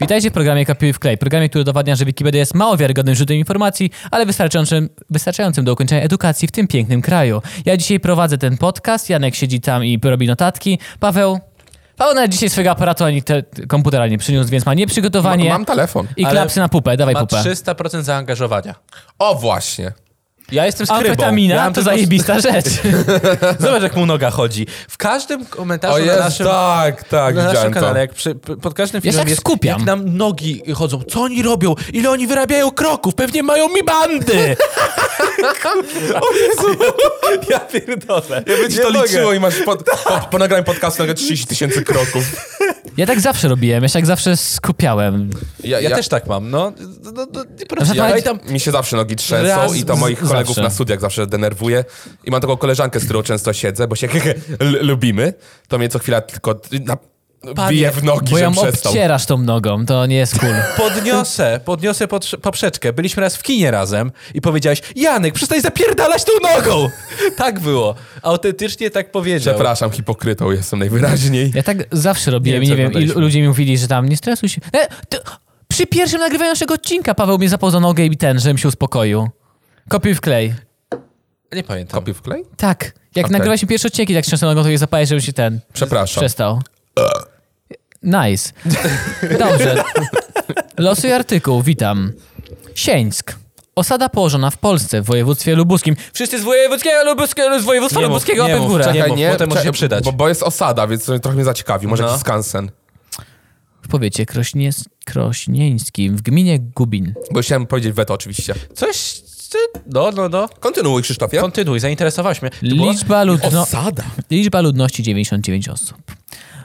Witajcie w programie Kapiły w Klej, programie, który udowadnia, że Wikipedia jest mało wiarygodnym źródłem informacji, ale wystarczającym, wystarczającym do ukończenia edukacji w tym pięknym kraju. Ja dzisiaj prowadzę ten podcast, Janek siedzi tam i robi notatki. Paweł, Paweł nawet dzisiaj swojego aparatu ani te, komputera nie przyniósł, więc ma nieprzygotowanie Ma- Mam telefon. i ale klapsy na pupę, dawaj ma pupę. 300% zaangażowania. O właśnie. Ja jestem skrybą. Amfetamina ja mam to tylko- zajebista rzecz. Zobacz, jak mu noga chodzi. W każdym komentarzu O na jest, naszym, tak, tak, na widziałem naszym kanale, to. jak przy, p- pod każdym Ja się filmem tak jest, skupiam. jak nam nogi chodzą. Co oni robią? Ile oni wyrabiają kroków? Pewnie mają mi bandy! o Jezu! ja pierdolę. Ja by ci to liczyło i masz pod, po, po nagraniu podcastu nagle 30 tysięcy kroków. Ja tak zawsze robiłem, ja się tak zawsze skupiałem. Ja, ja też tak mam, no. no, no, no nie proszę, Ja- ja, tam... Mi się zawsze nogi trzęsą Raz i to z- moich kolegów zawsze. na studiach zawsze denerwuje. I mam taką koleżankę, z którą często siedzę, bo się l- lubimy. To mnie co chwila tylko na, bije w nogi, Bo że ją przestał. obcierasz tą nogą, to nie jest cool. Podniosę, podniosę potrze- poprzeczkę. Byliśmy raz w kinie razem i powiedziałeś, Janek, przestań zapierdalać tą nogą! tak było. Autentycznie tak powiedział. Przepraszam, hipokrytą jestem najwyraźniej. Ja tak zawsze robiłem Nie i nie wiem, co wiem, ilu oglądaliśmy. ludzie mi mówili, że tam nie stresuj się. E, ty, przy pierwszym nagrywaniu naszego odcinka Paweł mnie zapał za nogę i ten, żebym się uspokoił. Kopiuj w klej. Nie pamiętam. Kopiuj w klej? Tak. Jak Okej. nagrywaliśmy pierwsze odcinki, tak trzęsę nogą, to je zapałeś, żeby się ten Przepraszam. przestał. Nice. Dobrze. Losuj artykuł, witam. Sieńsk. Osada położona w Polsce, w województwie lubuskim. Wszyscy z wojewódzkiego lubuskiego, z województwa Nie mów, lubuskiego nie łapy w mów, górę. czekaj. Czekaj, mów, bo to może czekaj, się przydać. Bo, bo jest osada, więc trochę mnie zaciekawi. Może No. jakiś skansen. W powiecie krośnie, krośnieńskim, w gminie Gubin. Bo chciałem powiedzieć weto oczywiście. Coś... Ty, no, no, no. Kontynuuj, Krzysztofie. Kontynuuj, zainteresowałeś mnie. To było Liczba, ludno... Osada. Liczba ludności 99 osób.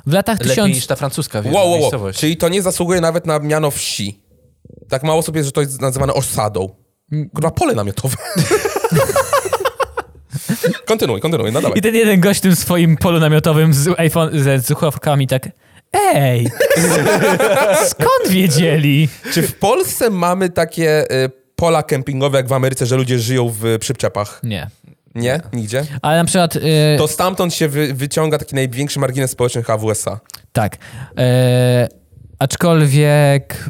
W latach lepiej 1000... niż ta francuska Wow, wow, wow, wow. miejscowość. Czyli to nie zasługuje nawet na miano wsi. Tak mało osób jest, że to jest nazywane osadą. Kurwa, pole namiotowe. kontynuuj, kontynuuj, no dawaj. I ten jeden gość w tym swoim polu namiotowym z iPhone, ze słuchawkami tak... Ej! Skąd wiedzieli? Czy w Polsce mamy takie y, pola kempingowe jak w Ameryce, że ludzie żyją w y, przyczepach? Nie. Nie? Nigdzie? Ale na przykład... y, To stamtąd się wy, wyciąga taki największy margines społeczny chyba w USA. Tak. E, aczkolwiek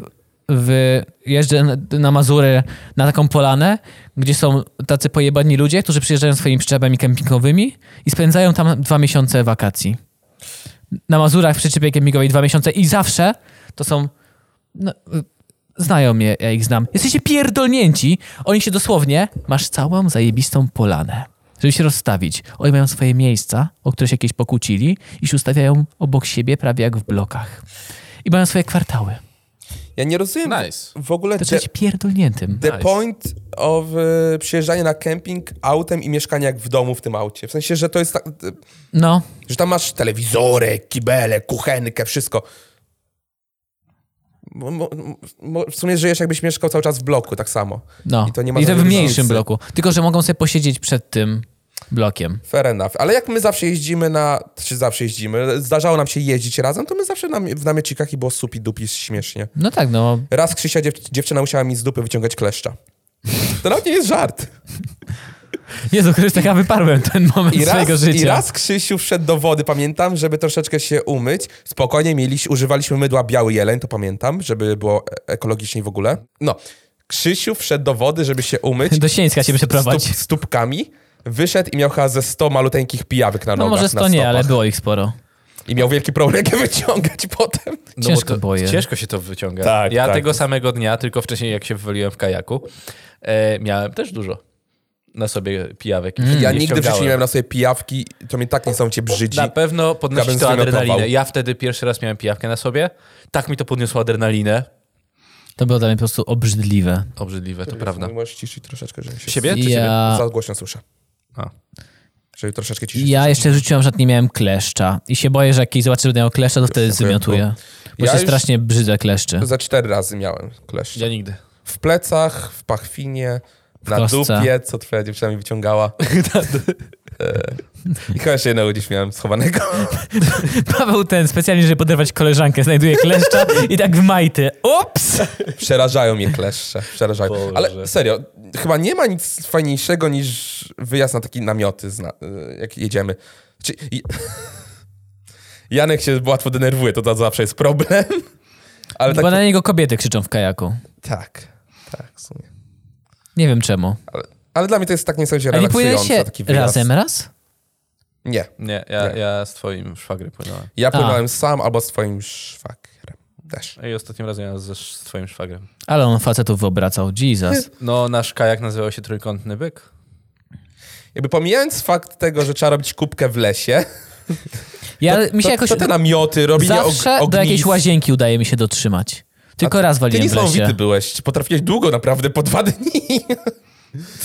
w, jeżdżę na, na Mazury na taką polanę, gdzie są tacy pojebani ludzie, którzy przyjeżdżają swoimi przyczepami kempingowymi i spędzają tam dwa miesiące wakacji. Na Mazurach w przyczepie kempingowej dwa miesiące i zawsze to są... No, y, znają mnie, ja ich znam. Jesteście pierdolnięci. Oni się dosłownie... Masz całą zajebistą polanę. Żeby się rozstawić. Oni mają swoje miejsca, o które się kiedyś pokłócili i się ustawiają obok siebie prawie jak w blokach. I mają swoje kwartały. Ja nie rozumiem Nice. w ogóle To the, jest pierdolniętym. the nice. point of y, przyjeżdżanie na kemping autem i mieszkanie jak w domu w tym aucie. W sensie, że to jest tak... y, No. Że tam masz telewizory, kibele, kuchenkę, wszystko. Mo, mo, mo, w sumie żyjesz jakbyś mieszkał cały czas w bloku, tak samo. No. I to nie ma w żadnej mniejszym różnicy. bloku. Tylko, że mogą sobie posiedzieć przed tym blokiem. Fair enough. Ale jak my zawsze jeździmy na... Czy zawsze jeździmy? Zdarzało nam się jeździć razem, to my zawsze nam, w namiecikach i było supi dupi śmiesznie. No tak, no. Raz Krzysia dziew, dziewczyna musiała mi z dupy wyciągać kleszcza. To nawet nie jest żart. Jezu Chryste, ja wyparłem ten moment I swojego raz, życia. I raz Krzysiu wszedł do wody, pamiętam, żeby troszeczkę się umyć. Spokojnie mieliśmy, używaliśmy mydła biały jeleń, to pamiętam, żeby było e- ekologiczniej w ogóle. No, Krzysiu wszedł do wody, żeby się umyć. Do Sieńska się przeprowadź. Z tubkami. Wyszedł i miał chyba ze 100 maluteńkich pijawek na No nogach. może na sto nie, ale stopach. było ich sporo. I miał wielki problem, jak je wyciągać potem. No, Ciężko bo to, było je. Ciężko się to wyciąga. Tak, ja tak. tego samego dnia, tylko wcześniej jak się wywaliłem w kajaku, e, miałem też dużo na sobie pijawek. i się Hmm, Ja nie nigdy w życiu nie ściągałem. miałem na sobie pijawki, to mnie tak niesamowicie brzydzi. Na pewno Ja podnosi bym to zwymiotował. adrenalinę. Ja wtedy pierwszy raz miałem pijawkę na sobie. Tak mi to podniosło adrenalinę. To było dla mnie po prostu obrzydliwe. Obrzydliwe, to prawda. Możesz ciszyć troszeczkę, żeby się... Siebie? Czy siebie? Ja, Za głośno słyszę. A. Żeby troszeczkę ciszyć. ja jeszcze rzuciłam, że nie miałem kleszcza. I się boję, że jak kiedyś zobaczę, że miał kleszcza, to wtedy zmiotuję. Bo Ja się już- strasznie brzydzę kleszcze. Za cztery razy miałem kleszcz. Ja nigdy. W plecach, w pachwinie, na kostce. dupie, co twoja dziewczyna mi wyciągała. E, I chyba jeszcze jednego gdzieś miałem schowanego. Paweł ten, specjalnie, żeby poderwać koleżankę, znajduje kleszcza i tak w majty. Ups! Przerażają mnie kleszcze, przerażają. Boże. Ale serio, chyba nie ma nic fajniejszego niż wyjazd na takie namioty, zna- e, jak jedziemy. Czy, i... Janek się łatwo denerwuje, to, to zawsze jest problem. Ale Chyba tak, na niego kobiety krzyczą w kajaku. tak, tak, w sumie. Nie wiem czemu. Ale, ale dla mnie to jest tak niesamowicie A nie płynęliście relaksujące. taki wyjazd. razem raz? Nie, Nie, ja, Nie. ja z twoim szwagrem płynąłem. ja A. płynąłem sam albo z twoim szwagrem też. I ostatnim razem ja ze sz- z twoim szwagrem. Ale on facetów wyobracał. Jesus. No, nasz kajak nazywał się Trójkątny Byk. Jakby pomijając fakt tego, że trzeba robić kubkę w lesie, Ja, mi się to, jakoś tak to te namioty, robienie og- zawsze ognisk. do jakiejś łazienki udaje mi się dotrzymać. Tylko raz Ty waliłem w niesamowity lesie. byłeś. Potrafiłeś długo naprawdę, po dwa dni.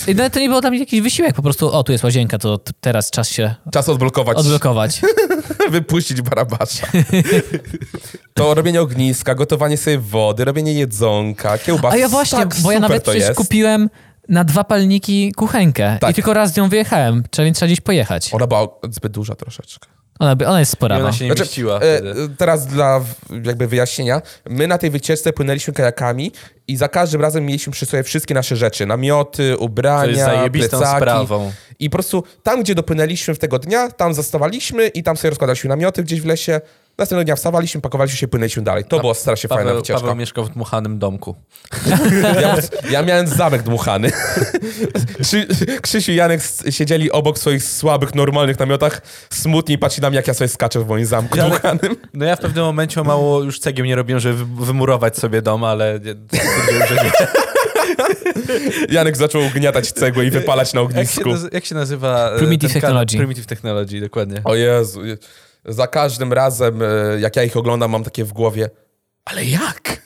I nawet to nie było dla mnie jakiś wysiłek, po prostu o, tu jest łazienka, to t- teraz czas się Czas odblokować, odblokować. wypuścić barabasza. to robienie ogniska, gotowanie sobie wody, robienie jedzonka, kiełbasy. A ja właśnie, tak, bo ja super nawet to przecież jest. kupiłem na dwa palniki kuchenkę i Tak. tylko raz z nią wyjechałem, czyli trzeba gdzieś pojechać. Ona była zbyt duża troszeczkę. Ona, by- ona jest I spora. ona no. się nie mieściła e, wtedy. e, teraz dla w- jakby wyjaśnienia. My na tej wycieczce płynęliśmy kajakami i za każdym razem mieliśmy przy sobie wszystkie nasze rzeczy. Namioty, To jest ubrania, zajebistą plecaki. sprawą. I po prostu tam, gdzie dopłynęliśmy w tego dnia, tam zostawaliśmy i tam sobie rozkładaliśmy namioty gdzieś w lesie. Następnego dnia wstawaliśmy, pakowaliśmy się, płynęliśmy dalej. To była strasznie fajna Paweł, wycieczka. Paweł mieszkał w dmuchanym domku. Ja, ja miałem zamek dmuchany. Krzy, Krzysiu i Janek s- siedzieli obok w swoich słabych, normalnych namiotach, smutni i patrzyli na mnie, jak ja sobie skaczę w moim zamku Janek- dmuchanym. No ja w pewnym momencie o mało już cegiem nie robiłem, żeby wy- wymurować sobie dom, ale nie- stwierdziłem, że nie. Janek zaczął ugniatać cegłę i wypalać na Jak się, ognisku. naz- jak się nazywa? e, Primitive ten kanał? Technology. Primitive Technology, dokładnie. O Jezu. Za każdym razem, e, jak ja ich oglądam, mam takie w głowie, ale jak?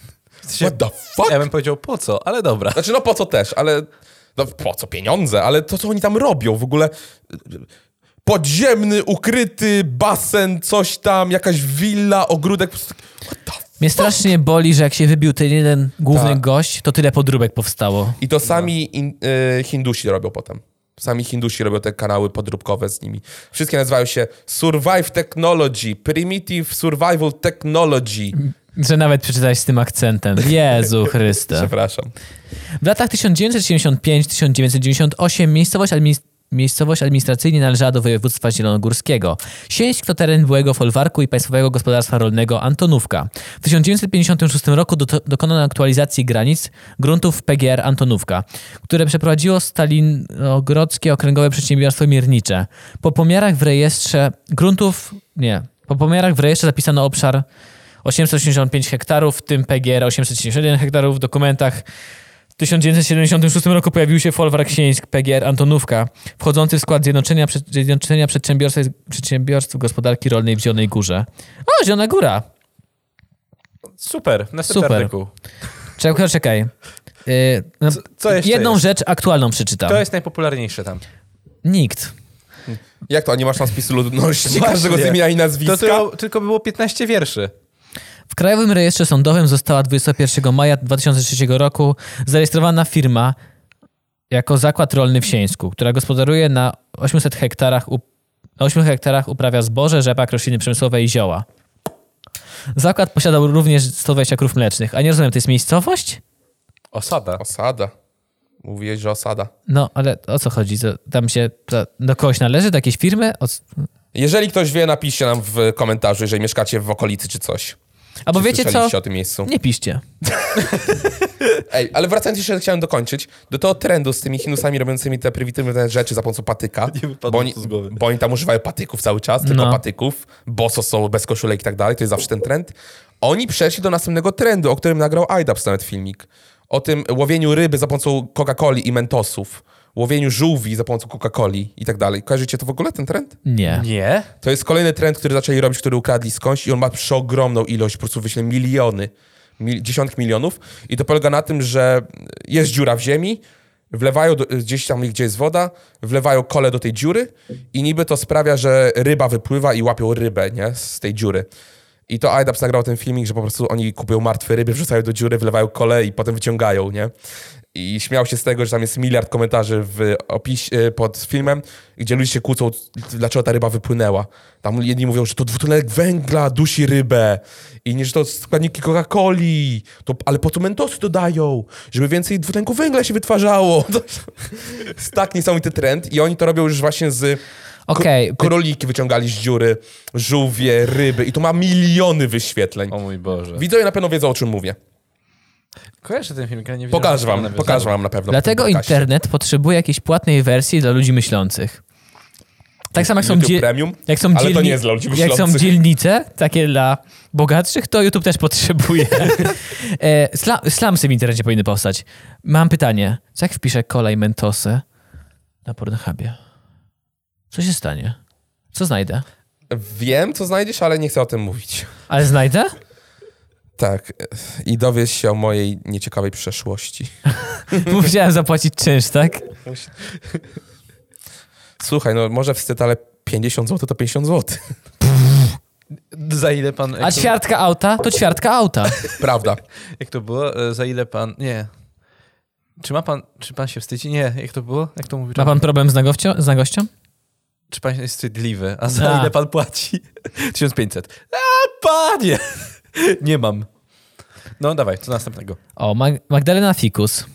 What the fuck? Ja bym powiedział po co, ale dobra. Znaczy, no po co też, ale. No po co pieniądze, ale to, co oni tam robią w ogóle. Podziemny, ukryty basen, coś tam, jakaś willa, ogródek. po prostu tak, What the f- Mnie strasznie boli, że jak się wybił ten jeden główny Tak. gość, to tyle podróbek powstało. I to sami in, y, Hindusi robią potem. Sami Hindusi robią te kanały podróbkowe z nimi. Wszystkie nazywają się Survive Technology, Primitive Survival Technology. Że nawet przeczytałeś z tym akcentem. Jezu Chryste. Przepraszam. W latach 1975-1998 miejscowość, adminis- miejscowość administracyjnie należała do województwa zielonogórskiego. Sieć to teren byłego folwarku i państwowego gospodarstwa rolnego Antonówka. W 1956 roku do- dokonano aktualizacji granic gruntów PGR Antonówka, które przeprowadziło Stalinogrodzkie Okręgowe Przedsiębiorstwo Miernicze. Po pomiarach w rejestrze gruntów... Nie. Po pomiarach w rejestrze zapisano obszar 885 hektarów, w tym PGR 871 hektarów. W dokumentach w 1976 roku pojawił się folwark Sieńsk PGR Antonówka, wchodzący w skład Zjednoczenia, Prze- Zjednoczenia Przedsiębiorstw, Przedsiębiorstw Gospodarki Rolnej w Zielonej Górze. O, Zielona Góra! Super, następny Super. artykuł. Czekaj, czekaj. Yy, no, co jeszcze jedną jest? rzecz aktualną przeczytam. To jest najpopularniejsze tam. Nikt. Jak to, a nie masz na spisu ludności Właśnie. każdego z imienia i To nazwiska? tylko, tylko było 15 wierszy. W Krajowym Rejestrze Sądowym została 21 maja 2003 roku zarejestrowana firma jako zakład rolny w Sieńsku, która gospodaruje na 800 hektarach, up- na 8 hektarach uprawia zboże, rzepak, rośliny przemysłowe i zioła. Zakład posiadał również 120 krów mlecznych. A nie rozumiem, to jest miejscowość? Osada. Osada. Mówiłeś, że osada. No, ale o co chodzi? To, tam się to, do kogoś należy? Do jakiejś firmy? Od... Jeżeli ktoś wie, napiszcie nam w komentarzu, jeżeli mieszkacie w okolicy czy coś. Albo Czy wiecie co? słyszeliście o tym miejscu. Nie piszcie. Ej, ale wracając jeszcze, chciałem dokończyć, do tego trendu z tymi Hindusami robiącymi te prymitywne rzeczy za pomocą patyka, Nie wypadło bo oni, to z głowy. bo oni tam używają patyków cały czas, tylko No. patyków, boso są bez koszulek i tak dalej, to jest zawsze ten trend. Oni przeszli do następnego trendu, o którym nagrał iDubbbz nawet filmik. O tym łowieniu ryby za pomocą Coca-Coli i mentosów. Łowieniu żółwi za pomocą Coca-Coli i tak dalej. Kojarzycie to w ogóle, ten trend? Nie. Nie? To jest kolejny trend, który zaczęli robić, który ukradli skądś i on ma przeogromną ilość, po prostu wyśle miliony, mil, dziesiątki milionów i to polega na tym, że jest dziura w ziemi, wlewają do, gdzieś tam, gdzie jest woda, wlewają kole do tej dziury i niby to sprawia, że ryba wypływa i łapią rybę, nie, z tej dziury. I to iDubbbz nagrał ten filmik, że po prostu oni kupują martwe ryby, wrzucają do dziury, wlewają kole i potem wyciągają, nie? I, i śmiał się z tego, że tam jest miliard komentarzy w opis, y, pod filmem, gdzie ludzie się kłócą, dlaczego ta ryba wypłynęła. Tam jedni mówią, że to dwutlenek węgla dusi rybę i nie, że to składniki Coca-Coli, to, ale po co mentosy dodają, żeby więcej dwutlenku węgla się wytwarzało. To jest tak niesamowity trend i oni to robią już właśnie z... Okej, Ko- Króliki wyciągali z dziury, żółwie, ryby i to ma miliony wyświetleń. O mój Boże. Widzowie na pewno wiedzą, o czym mówię. Kojarzę ten film, ja nie widziałem. Pokażę wam, Nawiązanie. pokażę wam na pewno. Dlatego po No, tym podcaście. internet potrzebuje jakiejś płatnej wersji dla ludzi myślących. Tak samo jak są, YouTube dziel- Premium, jak są, ale to dzielni- nie jest dla ludzi jak są myślących. dzielnice, takie dla bogatszych, to YouTube też potrzebuje. e, sla- slamsy w internecie powinny powstać. Mam pytanie. Co jak wpiszę kola i mentosy na Pornhubie? Co się stanie? Co znajdę? Wiem, co znajdziesz, ale nie chcę o tym mówić. Ale znajdę? Tak. I dowiesz się o mojej nieciekawej przeszłości. Musiałem zapłacić czynsz, tak? Słuchaj, no może wstyd, ale 50 zł to 50 zł. Za ile pan... A Jak to, ćwiartka auta to ćwiartka auta. Prawda. jak to było? E, Za ile pan... Nie. Czy ma pan... Czy pan się wstydzi? Nie. Jak to było? Jak to mówi? Ma pan problem z, nagowcio- z nagością? Czy pan jest wstydliwy? A za Tak. ile pan płaci? 1500. A, panie! Nie mam. No dawaj, co następnego? O, Mag- Magdalena Fikus.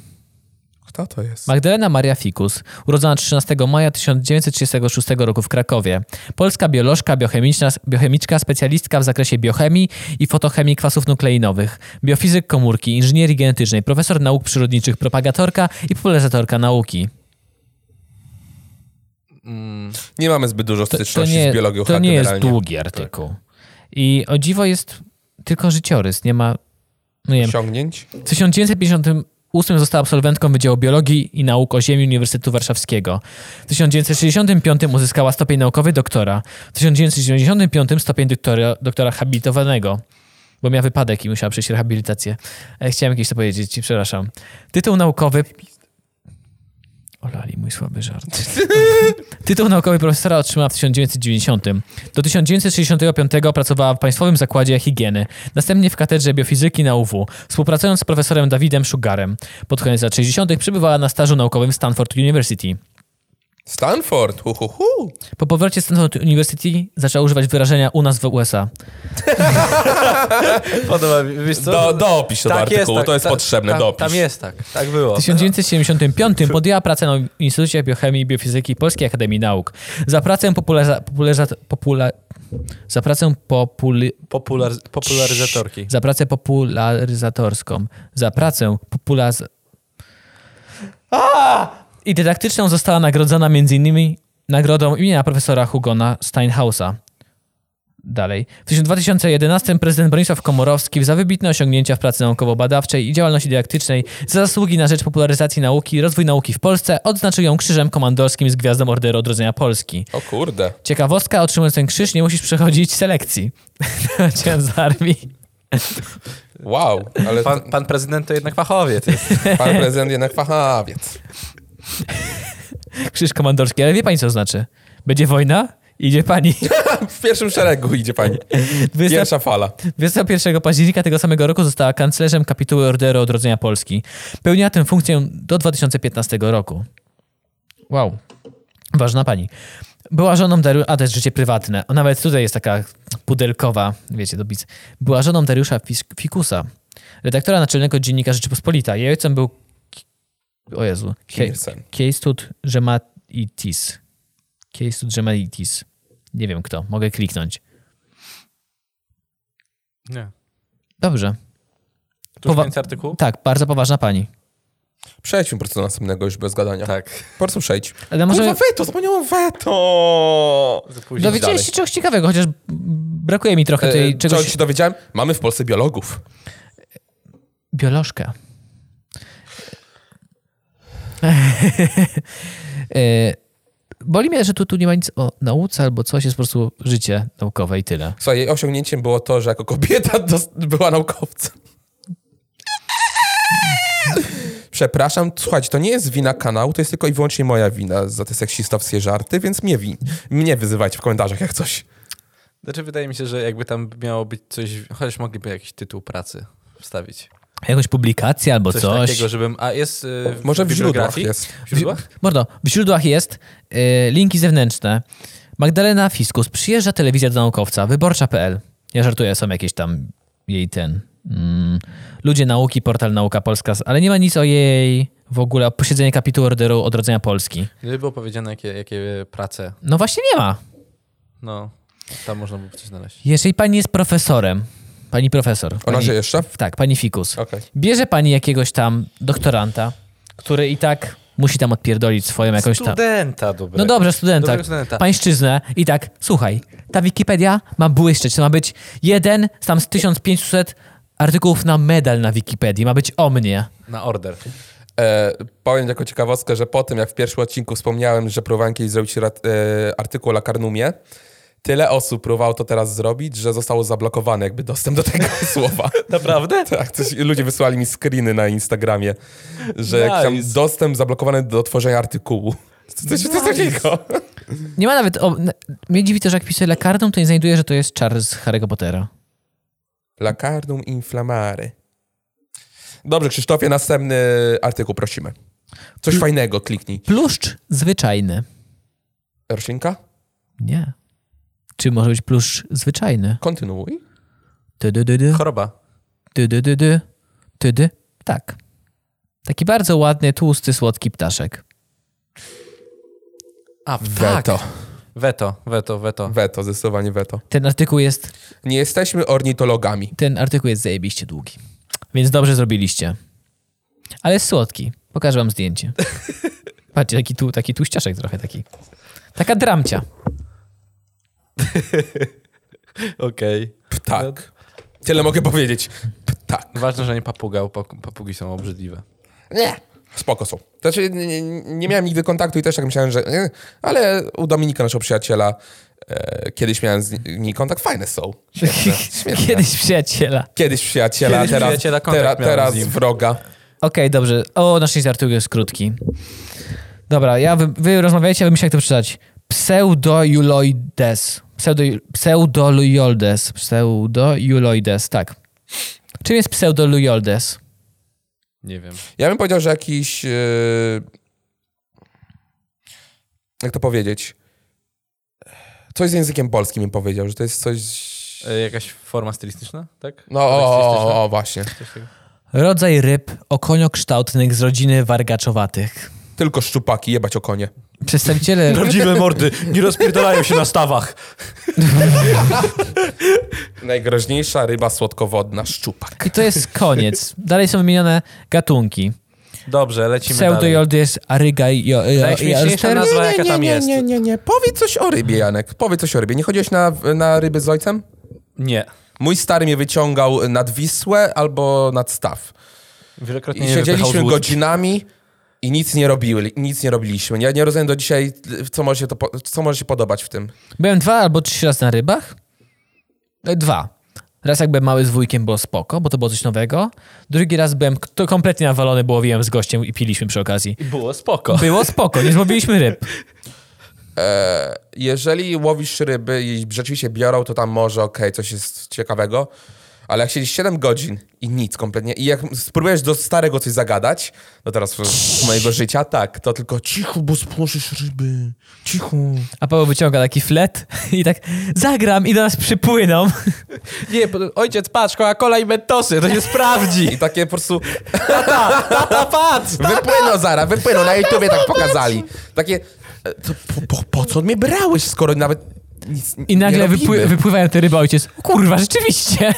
Kto to jest? Magdalena Maria Fikus, urodzona 13 maja 1936 roku w Krakowie. Polska biolożka, biochemiczna, biochemiczka, specjalistka w zakresie biochemii i fotochemii kwasów nukleinowych, biofizyk komórki, inżynierii genetycznej, profesor nauk przyrodniczych, propagatorka i popularyzatorka nauki. Nie mamy zbyt dużo To, to styczności nie, z biologią to H nie jest generalnie. długi artykuł. I o dziwo jest tylko życiorys, nie ma... No nie wiem, Osiągnięć? W 1958 została absolwentką Wydziału Biologii i Nauk o Ziemi Uniwersytetu Warszawskiego. W 1965 uzyskała stopień naukowy doktora. W 1995 stopień doktora, doktora habilitowanego. Bo miała wypadek i musiała przejść rehabilitację. E, Chciałem jakieś to powiedzieć, przepraszam. Tytuł naukowy... Olali, mój słaby żart. Tytuł naukowy profesora otrzymała w 1990. Do 1965 pracowała w Państwowym Zakładzie Higieny, następnie w katedrze biofizyki na UW, współpracując z profesorem Dawidem Szugarem. Pod koniec lat 60. przebywała na stażu naukowym w Stanford University. Stanford, hu, hu, hu. Po powrocie z Stanford University zaczęła używać wyrażenia u nas w USA. Podoba mi wiesz co? Tak Do, dopisz to do artykułu, to jest potrzebne, tam, dopisz. Tam jest tak, tak było. W 1975 podjęła pracę na Instytucie Biochemii i Biofizyki Polskiej Akademii Nauk. Za pracę popularyza... popularyza popula... Za pracę populi... Popular, popularyzatorki. Za pracę popularyzatorską. Za pracę populaz... I dydaktyczną została nagrodzona m.in. nagrodą imienia profesora Hugona Steinhausa. Dalej. W 2011 prezydent Bronisław Komorowski za wybitne osiągnięcia w pracy naukowo-badawczej i działalności dydaktycznej, za zasługi na rzecz popularyzacji nauki i rozwój nauki w Polsce odznaczył ją krzyżem komandorskim z gwiazdą Orderu Odrodzenia Polski. O kurde. Ciekawostka, otrzymując ten krzyż nie musisz przechodzić selekcji. Cię z armii. Wow, ale pan, Pan, pan prezydent to jednak fachowiec. Jest. pan prezydent jednak fachowiec. Krzyż komandorski, ale wie pani co znaczy? Będzie wojna? Idzie pani. W pierwszym szeregu idzie pani. 20 Pierwsza fala. 21 października tego samego roku została kanclerzem kapituły Orderu Odrodzenia Polski. Pełniła tę funkcję do 2015 roku. Wow. Ważna pani. Była żoną Dariusza, a to jest życie prywatne. A nawet tutaj jest taka pudelkowa, wiecie, do bic. Była żoną Dariusza Fis- Fikusa, redaktora naczelnego dziennika Rzeczypospolita. Jej ojcem był, Ki- o Jezu, Kirsen. Kiejstud Rzemaitis. Kiejstud Rzemaitis. Nie wiem kto, mogę kliknąć. Nie. Dobrze. Tu już Powa- koniec artykułu? Tak, bardzo poważna pani. Przejdźmy po prostu do następnego już bez gadania. Tak. Po prostu przejdź. Ale może Kurwa, weto, zapomniałem weto! Później dalej. dowiedzieliście się czegoś ciekawego, chociaż b- brakuje mi trochę E, tej Czego czegoś... się dowiedziałem? Mamy w Polsce biologów. Biolożkę. E, Boli mnie, że tu, tu nie ma nic o nauce albo coś, jest po prostu życie naukowe i tyle. Słuchaj, jej osiągnięciem było to, że jako kobieta dos- była naukowcem. Przepraszam, słuchajcie, to nie jest wina kanału, to jest tylko i wyłącznie moja wina za te seksistowskie żarty, więc mnie, win- mnie wyzywajcie w komentarzach jak coś. Znaczy wydaje mi się, że jakby tam miało być coś, chociaż mogliby jakiś tytuł pracy wstawić. Jakąś publikację albo Coś, coś. takiego, żebym... A jest y, w Może w źródłach bibliografii? jest. W źródłach? Mordo, w źródłach jest y, linki zewnętrzne. Magdalena Fiskus, przyjeżdża telewizja do naukowca, wyborcza.pl. Ja żartuję, są jakieś tam jej ten. Mm, ludzie nauki, portal Nauka Polska, ale nie ma nic o jej w ogóle, o posiedzeniu kapituły Orderu Odrodzenia Polski. Gdyby było powiedziane, jakie, jakie prace, No właśnie nie ma. no, tam można by coś znaleźć. Jeżeli pani jest profesorem, pani profesor. Ona pani, żyje jeszcze? Tak, pani Fikus. Okej. Bierze pani jakiegoś tam doktoranta, który i tak musi tam odpierdolić swoją jakąś tam. Studenta dobrego. tak. No dobrze, studenta. Dobrego studenta. Pańszczyznę. I tak, słuchaj, ta Wikipedia ma błyszczeć. To ma być jeden z tam z 1500 artykułów na medal na Wikipedii. Ma być o mnie. Na order. E, powiem jako ciekawostkę, że po tym, jak w pierwszym odcinku wspomniałem, że próbowałem kiedyś zrobić rat, e, artykuł o lakarnumie, tyle osób próbowało to teraz zrobić, że zostało zablokowane jakby dostęp do tego słowa. Naprawdę? Tak, coś, ludzie wysłali mi screeny na Instagramie, że Nice. jak tam dostęp zablokowany do tworzenia artykułu. Coś, coś takiego. Nie ma nawet. O, n- mnie dziwi to, że jak piszę lekarną, to nie znajduję, że to jest Charles z Harry'ego Pottera. Lakarnum inflamare. Dobrze, Krzysztofie, następny artykuł prosimy. Coś fajnego kliknij. Pluszcz zwyczajny. Roślinka? Nie. Czy może być pluszcz zwyczajny? Kontynuuj. Ty, dy, dy, dy. Choroba. Ty, dy, dy, dy. Ty, dy. Tak. Taki bardzo ładny, tłusty, słodki ptaszek. A, tak. Weto. Weto, weto, weto. Weto, zdecydowanie weto. Ten artykuł jest Nie jesteśmy ornitologami. ten artykuł jest zajebiście długi. Więc dobrze zrobiliście. Ale jest słodki. Pokażę wam zdjęcie. Patrzcie, taki, tu, taki tuściaszek trochę taki. Taka dramcia. Okej. Ptak. Tyle mogę powiedzieć. Ptak. Ważne, że nie papuga, bo papu- papugi są obrzydliwe. Nie. Spoko są. Znaczy, nie, nie, nie miałem nigdy kontaktu i też tak myślałem, że... Nie, ale u Dominika, naszego przyjaciela, e, kiedyś miałem z nimi kontakt. Fajne są. Kiedyś przyjaciela. Kiedyś przyjaciela, Kiedyś teraz, przyjaciela kontakt teraz, miałem teraz z nim. wroga. Okej, dobrze. O, nasz list artykuł jest krótki. Dobra, ja wy, wy rozmawiajcie, a myślę, jak to przeczytać. Pseudojuloides. Pseudo, pseudolujoldes. Pseudojuloides, tak. Czym jest pseudolujoldes? Nie wiem. Ja bym powiedział, że jakiś... e, jak to powiedzieć? Coś z językiem polskim bym powiedział, że to jest coś... E, jakaś forma stylistyczna, tak? No, Forma o, stylistyczna? o, o, właśnie. Coś takiego. Rodzaj ryb okoniokształtnych z rodziny wargaczowatych. Tylko szczupaki, jebać o konie. Przedstawiciele... Prawdziwe mordy nie rozpierdalają się na stawach. Najgroźniejsza ryba słodkowodna, szczupak. I to jest koniec. Dalej są wymienione gatunki. Dobrze, lecimy dalej. Pseudojoldys, aryga i... Najśmieszniejsza nazwa, jaka tam nie, jest. nie, nie, nie. Powiedz coś o rybie, Janek. Powiedz coś o rybie. Nie chodziłeś na, na ryby z ojcem? Nie. Mój stary mnie wyciągał nad Wisłę albo nad Staw. I Wielokrotnie nie wypychał z siedzieliśmy łódki. godzinami i nic nie, robili, nic nie robiliśmy. Ja nie rozumiem do dzisiaj, co może się, to, po- co może się podobać w tym. Byłem dwa albo trzy razy na rybach. E, Dwa. Raz jak byłem mały z wujkiem, było spoko, bo to było coś nowego. Drugi raz byłem k- to kompletnie nawalony, bo łowiłem z gościem i piliśmy przy okazji. I było spoko. Było spoko, nie złowiliśmy ryb. Jeżeli łowisz ryby i rzeczywiście biorą, to tam może okej, coś jest ciekawego. Ale jak siedzisz 7 godzin i nic kompletnie, i jak spróbujesz do starego coś zagadać, no teraz z mojego życia, tak, to tylko cicho, bo spłoszysz ryby, cicho. A Paweł wyciąga taki flet i tak zagram i do nas przypłyną. Nie, bo- ojciec, patrz, Coca-Cola i mentosy, to się sprawdzi. I takie po prostu Tata, tata, patrz. wypłyną zara, wypłyną, na YouTubie tak pokazali. Takie, e, to po, po, po co mnie brałeś, skoro nawet nic I nagle nie wypły- robimy? wypływają te ryby, a ojciec. "O Kurwa, rzeczywiście.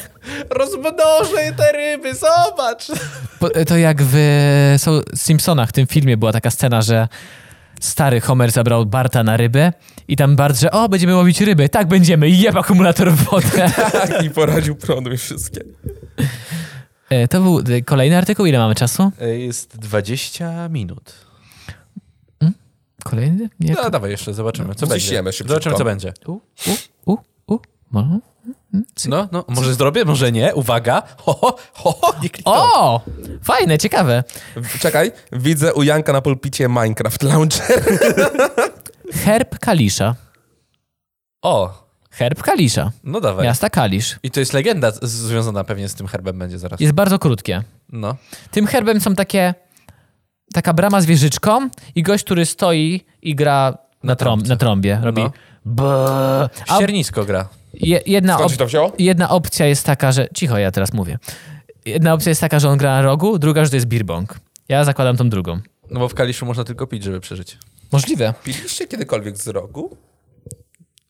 Rozmnożę te ryby, zobacz. Po- To jak w e, Są- Simpsonach, w tym filmie była taka scena, że stary Homer zabrał Barta na ryby i tam Bart, że o, będziemy łowić ryby. Tak, będziemy. I Jeb akumulator w wodę. Tak, i poradził prądu i wszystkie. E, To był e, kolejny artykuł. Ile mamy czasu? E, Jest 20 minut. Kolejny? Nie. No dawaj jeszcze, zobaczymy, co Ciśniemy będzie. szybciutko. Zobaczymy, co będzie. U, u, u. No, no, może zrobię, może nie. Uwaga. Ho, ho, ho, ho. nie kliknąłem. O! Fajne, ciekawe. W- Czekaj, widzę u Janka na pulpicie Minecraft Launcher. Herb Kalisza. o, Herb Kalisza. no dawaj. Miasta Kalisz. I to jest legenda z- związana pewnie z tym herbem będzie zaraz. Jest bardzo krótkie. No. Tym herbem są takie, taka brama z wieżyczką i gość, który stoi i gra na, trąb, na trąbie. Robi No. no. A Ściernisko gra. je, jedna, Skąd op- się to wzięło? jedna opcja jest taka, że... Cicho, ja teraz mówię. Jedna opcja jest taka, że on gra na rogu, druga, że to jest birbong. Ja zakładam tą drugą. No bo w Kaliszu można tylko pić, żeby przeżyć. Możliwe. Piliście kiedykolwiek z rogu?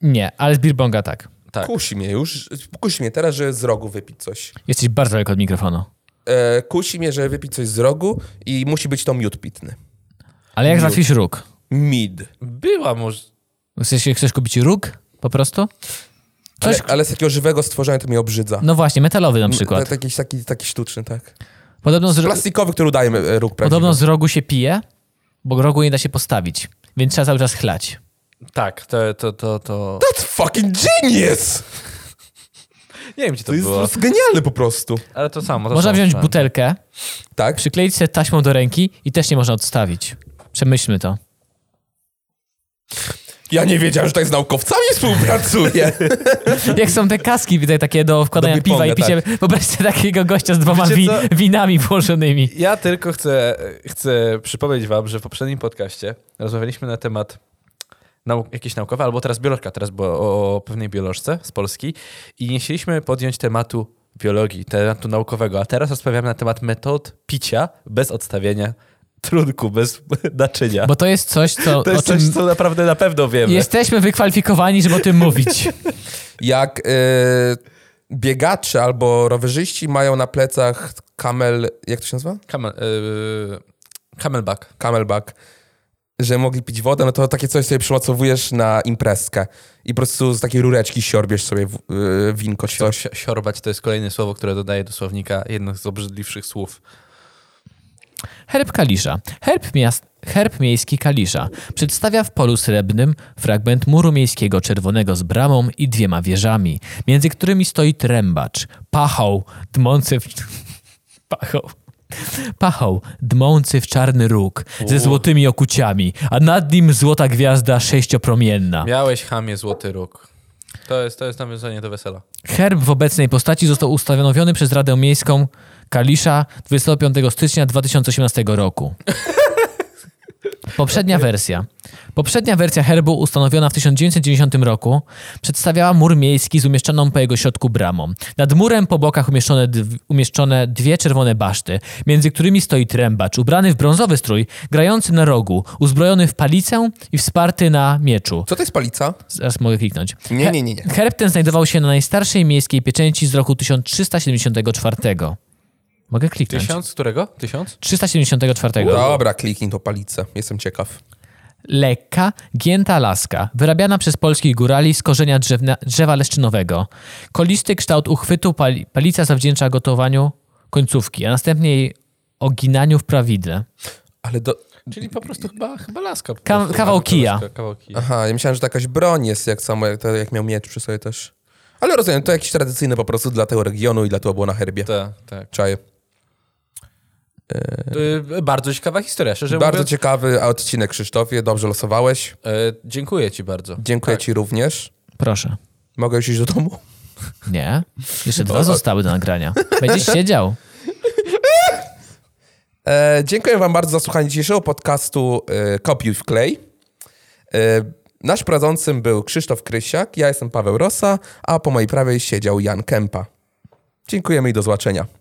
Nie, ale z birbonga tak. Tak. Kusi mnie już, kusi mnie teraz, że z rogu wypić coś. Jesteś bardzo daleko od mikrofonu. E, kusi mnie, że wypić coś z rogu i musi być to miód pitny. Ale jak Miód. załatwisz róg? Mid. Była może... W sensie chcesz kupić róg po prostu? Coś, Ale, ale z takiego żywego stworzenia to mnie obrzydza. No właśnie, metalowy na Tak- przykład. Jakiś taki, taki sztuczny, tak. Podobno z, ro- Plastikowy, który udaje e, róg prawdziwy. podobno z rogu się pije, bo rogu nie da się postawić, więc trzeba cały czas chlać. Tak, to... to, to, to... That's fucking genius! Nie wiem, gdzie to, To jest, było. jest genialne po prostu. Ale to samo. To można samo wziąć słyszałem. butelkę, Tak? przykleić sobie taśmą do ręki i też nie można odstawić. Przemyślmy to. Ja nie wiedziałem, że tak z naukowcami współpracuję. Jak są te kaski, widać takie do wkładania Do piwa ping-ponga, i picie. Wyobraźcie takiego gościa z dwoma tak. Wiecie wi- co? winami włożonymi. Ja tylko chcę, chcę przypomnieć wam, że w poprzednim podcaście rozmawialiśmy na temat nauk, jakieś naukowe, albo teraz biolożka, teraz było o, o pewnej biolożce z Polski i nie chcieliśmy podjąć tematu biologii, tematu naukowego, a teraz rozmawiamy na temat metod picia bez odstawiania trunku, bez naczynia. Bo to jest coś, co, to o jest czym coś, co naprawdę na pewno wiemy. jesteśmy wykwalifikowani, żeby o tym mówić. Jak e, biegacze albo rowerzyści mają na plecach kamel... Jak to się nazywa? Camel, yy, camelback. Camelback. Że mogli pić wodę, no to takie coś sobie przymocowujesz na imprezkę. I po prostu z takiej rureczki siorbiesz sobie w, e, winko czy coś. Si- Siorbać to jest kolejne słowo, które dodaję do słownika, jedno z obrzydliwszych słów. Herb Kalisza. Herb, miast, herb miejski Kalisza przedstawia w polu srebrnym fragment muru miejskiego czerwonego z bramą i dwiema wieżami, między którymi stoi trębacz, pachoł, dmący w... pachoł. Pachoł, dmący w czarny róg, ze złotymi okuciami, a nad nim złota gwiazda sześciopromienna. Miałeś chamie złoty róg. To jest, to jest nawiązanie do wesela. Herb w obecnej postaci został ustanowiony przez Radę Miejską Kalisza 25 stycznia 2018 roku. Poprzednia wersja. Poprzednia wersja herbu ustanowiona w 1990 roku przedstawiała mur miejski z umieszczoną po jego środku bramą. Nad murem po bokach umieszczone, dw- umieszczone dwie czerwone baszty, między którymi stoi trębacz, ubrany w brązowy strój, grający na rogu, uzbrojony w palicę i wsparty na mieczu. Co to jest palica? Zaraz mogę kliknąć. Nie, nie, nie, nie. Herb ten znajdował się na najstarszej miejskiej pieczęci z roku 1374. Mogę kliknąć. Tysiąc? Którego? Tysiąc? 374. Dobra, kliknij to palicę. Jestem ciekaw. Lekka, gięta laska, wyrabiana przez polskich górali z korzenia drzewna, drzewa leszczynowego. Kolisty kształt uchwytu pali, palica zawdzięcza gotowaniu końcówki, a następnie jej oginaniu w prawidle. Ale do... Czyli po prostu chyba, chyba laska. po Ka- prostu. kawał Laska, kija. laska, Kawał kija. Aha, ja myślałem, że to jakaś broń jest, jak samo jak, to, jak miał miecz przy sobie też. Ale rozumiem, to jakiś tradycyjny po prostu dla tego regionu i dla tego było na herbie. Tak, tak. Czaję. Y, Bardzo ciekawa historia, szczerze Bardzo mówiąc. ciekawy odcinek, Krzysztofie. Dobrze losowałeś. Y, dziękuję ci bardzo. Dziękuję Tak. ci również. Proszę. Mogę już iść do domu? Nie? Jeszcze dwa zostały do nagrania. Będziesz siedział. E, dziękuję wam bardzo za słuchanie dzisiejszego podcastu e, Kopiuj w klej. E, nasz prowadzącym był Krzysztof Krysiak, ja jestem Paweł Rosa, a po mojej prawej siedział Jan Kępa. Dziękujemy i do zobaczenia.